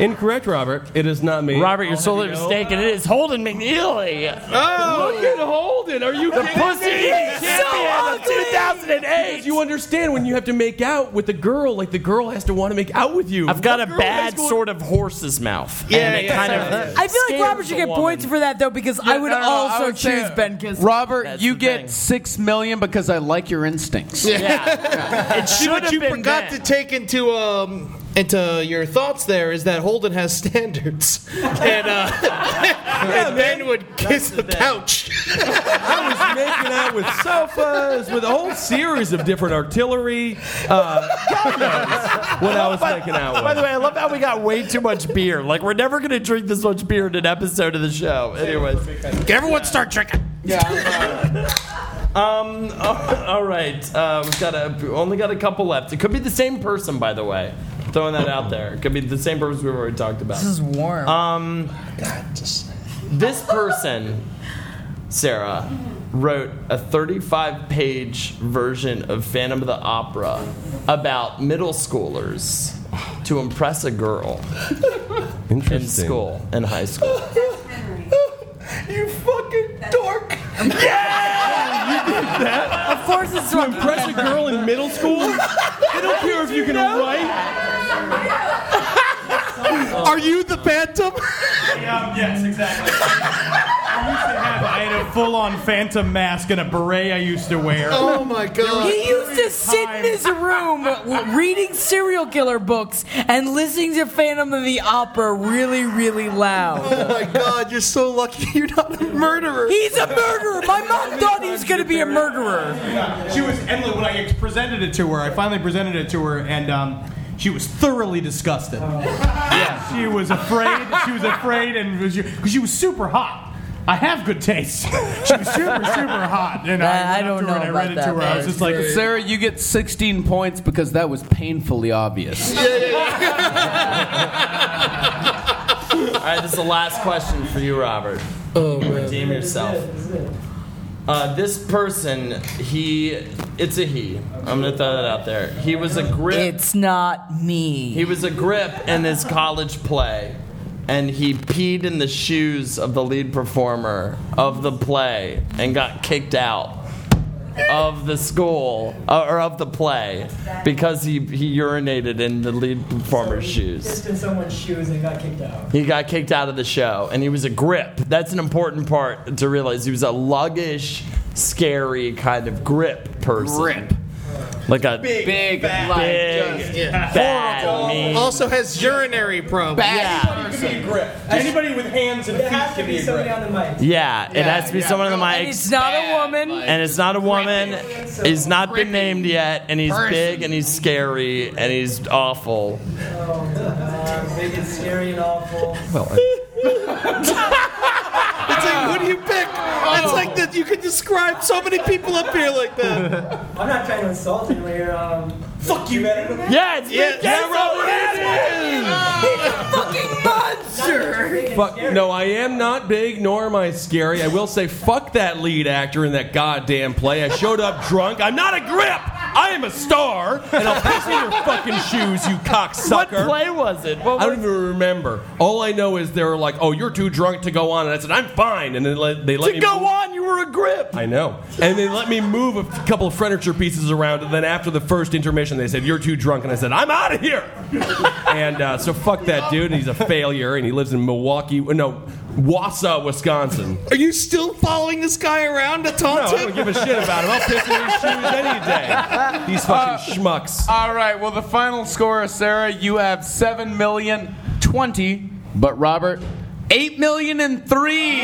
Speaker 7: Incorrect, Robert. It is not me.
Speaker 12: Robert, you're sorely mistaken. It is Holden McNeely.
Speaker 7: Oh, look at Holden. Are you
Speaker 12: The Pussy Eating Champion of 2008.
Speaker 7: You understand when you have to make out with a girl, like the girl has to want to make out with you.
Speaker 12: I've got a
Speaker 7: What girl has
Speaker 12: bad
Speaker 7: going-
Speaker 12: sort of horse's mouth.
Speaker 9: Yeah,
Speaker 12: and it
Speaker 9: yeah.
Speaker 12: kind of.
Speaker 8: I feel like
Speaker 12: scares
Speaker 8: Robert should
Speaker 12: the
Speaker 8: get
Speaker 12: woman.
Speaker 8: points for that though, because I would
Speaker 6: No, no, no, I
Speaker 8: also
Speaker 6: would say-
Speaker 8: choose Ben Kissing.
Speaker 6: Robert,
Speaker 12: That's
Speaker 6: you
Speaker 12: the
Speaker 6: get
Speaker 12: thing.
Speaker 6: 6 million because I like your instincts.
Speaker 12: Yeah. it
Speaker 9: See,
Speaker 12: should
Speaker 9: what
Speaker 12: have
Speaker 9: you
Speaker 12: been
Speaker 9: forgot
Speaker 12: that.
Speaker 9: to take into um, into your thoughts there is that Holden has (laughs) standards, and uh,
Speaker 12: (laughs)
Speaker 9: and Ben would kiss the couch.
Speaker 7: I was making out with sofas, with a whole series of different artillery. Uh, God knows what I was making out with.
Speaker 12: By the way, I love how we got way too much beer. Like we're never gonna drink this much beer in an episode of the show. Anyways,
Speaker 9: Everyone start drinking.
Speaker 12: um, (laughs) all right, uh, we've got a we only got a couple left. It could be the same person, by the way. Throwing that out there, it could be the same person we've already talked about.
Speaker 8: This is warm.
Speaker 12: Um, this person, Sarah, wrote a 35 page version of Phantom of the Opera about middle schoolers to impress a girl
Speaker 7: Interesting.
Speaker 12: in school, in high school.
Speaker 20: Henry.
Speaker 12: (laughs) You fucking dork!
Speaker 8: of course, it's
Speaker 7: To
Speaker 8: wrong.
Speaker 7: impress a girl in middle
Speaker 3: (laughs)
Speaker 7: school? They don't care if you can write.
Speaker 9: Are you the phantom?
Speaker 3: um, Yeah, yes, exactly. have, I had a full-on phantom mask and a beret I used to wear.
Speaker 9: Oh (laughs) my god!
Speaker 8: He used to sit in his room (laughs) reading serial killer books and listening to Phantom of the Opera really, really loud.
Speaker 9: Oh my god! You're so lucky. You're not a murderer.
Speaker 8: He's a murderer. My mom thought he was going to be a murderer.
Speaker 3: She was endless when I presented it to her. I finally presented it to her, and um, she was thoroughly
Speaker 12: (laughs)
Speaker 3: disgusted. Yeah, she was afraid. She was afraid, and because she was super hot. I have good taste. She was super, super hot, and
Speaker 8: Nah, I
Speaker 3: I, went up
Speaker 8: don't
Speaker 3: to her
Speaker 8: know
Speaker 3: and I read
Speaker 8: about
Speaker 3: it to
Speaker 8: that,
Speaker 3: her. I
Speaker 8: man.
Speaker 3: was just like,
Speaker 6: Sarah, you get 16 points because that was painfully obvious.
Speaker 12: All right, this is the last question for you, Robert.
Speaker 21: Oh, man.
Speaker 12: Redeem yourself. Uh, this person, he, it's a he. I'm gonna throw that out there. He was a grip.
Speaker 8: It's not me.
Speaker 12: He was a grip in his college play, and he peed in the shoes of the lead performer of the play and got kicked out of the school uh, or of the play because he, he urinated in the lead performer's shoes.
Speaker 21: Just in someone's shoes and got kicked out.
Speaker 12: He got kicked out of the show, and he was a grip. That's an important part to realize. He was a luggish, scary kind of grip person. Grip. Like a big,
Speaker 6: Big,
Speaker 12: bad, mean.
Speaker 8: Oh,
Speaker 9: Also has urinary problems.
Speaker 12: Yeah.
Speaker 3: anybody with hands and
Speaker 21: There
Speaker 3: feet
Speaker 21: has to
Speaker 3: can
Speaker 21: be
Speaker 3: be a
Speaker 21: somebody
Speaker 3: grip.
Speaker 21: on the mic.
Speaker 12: Yeah, it has to be
Speaker 9: yeah.
Speaker 12: someone on the
Speaker 8: And
Speaker 12: mic.
Speaker 8: it's not a woman.
Speaker 12: And it's not a woman. He's not been named yet, and he's big, and he's scary, and he's awful.
Speaker 21: Uh, big and scary and awful.
Speaker 9: It's like, what do you pick? It's like that. You could describe so many people up here like that.
Speaker 21: I'm not trying to insult anyone here. Um, Fuck you, man.
Speaker 12: Yeah, it's
Speaker 9: Yeah,
Speaker 12: big.
Speaker 9: yeah, Robert.
Speaker 8: Fucking monster.
Speaker 7: Fuck, no, I am not big, nor am I scary. I will say, fuck that lead actor in that goddamn play. I showed up drunk. I'm not a grip. I am a star, and I'll piss in your fucking shoes, you
Speaker 12: What
Speaker 7: cocksucker.
Speaker 12: play was it? What
Speaker 7: I
Speaker 12: was
Speaker 7: don't even remember. All I know is they were like, "Oh, you're too drunk to go on," and I said, "I'm fine." And then let, they let
Speaker 12: to
Speaker 7: me
Speaker 12: go on? You were a grip.
Speaker 7: I know. And they let me move a f- couple of furniture pieces around, and then after the first intermission, they said, You're too drunk. And I said, I'm out of here. (laughs) and uh, so fuck that dude, and he's a failure, and he lives in Milwaukee, no, Wausau, Wisconsin.
Speaker 9: Are you still following this guy around to
Speaker 7: No,
Speaker 9: taunt
Speaker 7: I
Speaker 9: him?
Speaker 7: don't give a shit about him. I'll piss in his shoes any day. These
Speaker 12: Uh,
Speaker 7: fucking schmucks.
Speaker 6: All right, well, the final score, Sarah, you have 7 million 20, but Robert, 8 million and 3.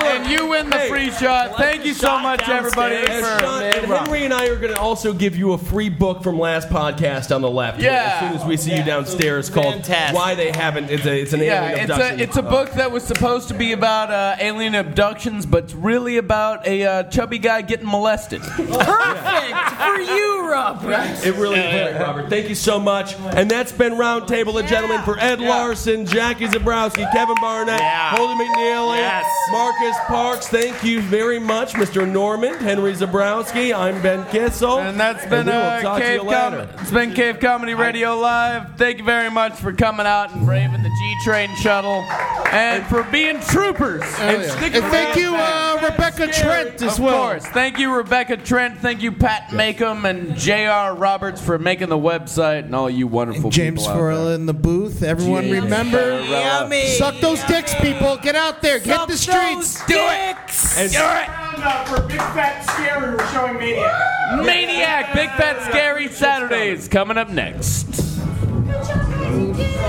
Speaker 6: And you win the
Speaker 7: Hey,
Speaker 6: free shot. Thank you so
Speaker 12: shot
Speaker 6: much, everybody.
Speaker 7: And
Speaker 6: for-
Speaker 7: Sean and Henry and I are going to also give you a free book from last podcast on the left.
Speaker 6: Yeah.
Speaker 7: As soon as we see you downstairs, called
Speaker 12: Fantastic.
Speaker 7: "Why They Haven't." It's, a, it's an
Speaker 6: Yeah,
Speaker 7: alien
Speaker 6: it's
Speaker 7: abduction.
Speaker 6: a it's a
Speaker 7: Uh,
Speaker 6: book that was supposed to be about uh, alien abductions, but it's really about a uh, chubby guy getting molested.
Speaker 8: Perfect for you, Robert.
Speaker 7: It really is great, Robert. Thank you so much. And that's been Roundtable of Gentlemen for Ed Larson, Jackie Zabrowski, Kevin Barnett,
Speaker 12: Yeah.
Speaker 7: Holden McNeely,
Speaker 12: Yes.
Speaker 7: Marcus Parks. Thank you very much, Mr. Norman, Henry Zabrowski. I'm Ben Kissel.
Speaker 6: And that's been
Speaker 7: we will
Speaker 6: uh,
Speaker 7: talk to
Speaker 6: Cave
Speaker 7: you later.
Speaker 6: Com- It's been Cave Comedy Radio Live. Thank you very much for coming out and braving the G Train shuttle, and for being troopers.
Speaker 7: And stick
Speaker 9: And
Speaker 7: around.
Speaker 9: thank you, uh, Rebecca Trent, as
Speaker 6: of
Speaker 9: well.
Speaker 6: course. Thank you, Rebecca Trent. Thank you, Pat Makem and J.R. Roberts for making the website and all you wonderful
Speaker 9: James
Speaker 6: people. out there.
Speaker 9: Farrell in the booth. Everyone
Speaker 6: James
Speaker 9: remember. uh,
Speaker 8: Yummy.
Speaker 9: Suck those dicks, people. Get out there. Get
Speaker 8: Suck
Speaker 9: the streets.
Speaker 8: those dicks.
Speaker 7: And
Speaker 3: Round up for big fat scary. We're showing maniac.
Speaker 6: Maniac, Big Fat Scary Saturdays coming up next.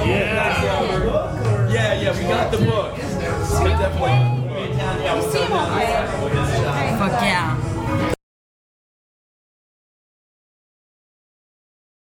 Speaker 7: Yeah, yeah, we got the book.
Speaker 20: You see him all right?
Speaker 8: Fuck yeah.